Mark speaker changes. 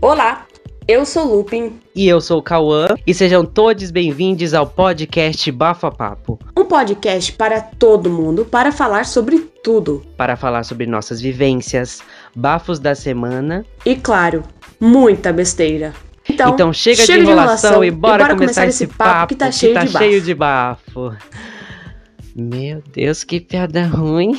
Speaker 1: Olá, eu sou Lupin,
Speaker 2: E eu sou o Cauã, e sejam todos bem-vindos ao podcast Bafa Papo,
Speaker 1: um podcast para todo mundo para falar sobre tudo.
Speaker 2: para falar sobre nossas vivências, bafos da semana.
Speaker 1: E claro, muita besteira. Então,
Speaker 2: Então, chega, de enrolação, e bora, começar, esse papo,
Speaker 1: que tá cheio de bafo.
Speaker 2: cheio de bafo. Meu Deus, que piada ruim.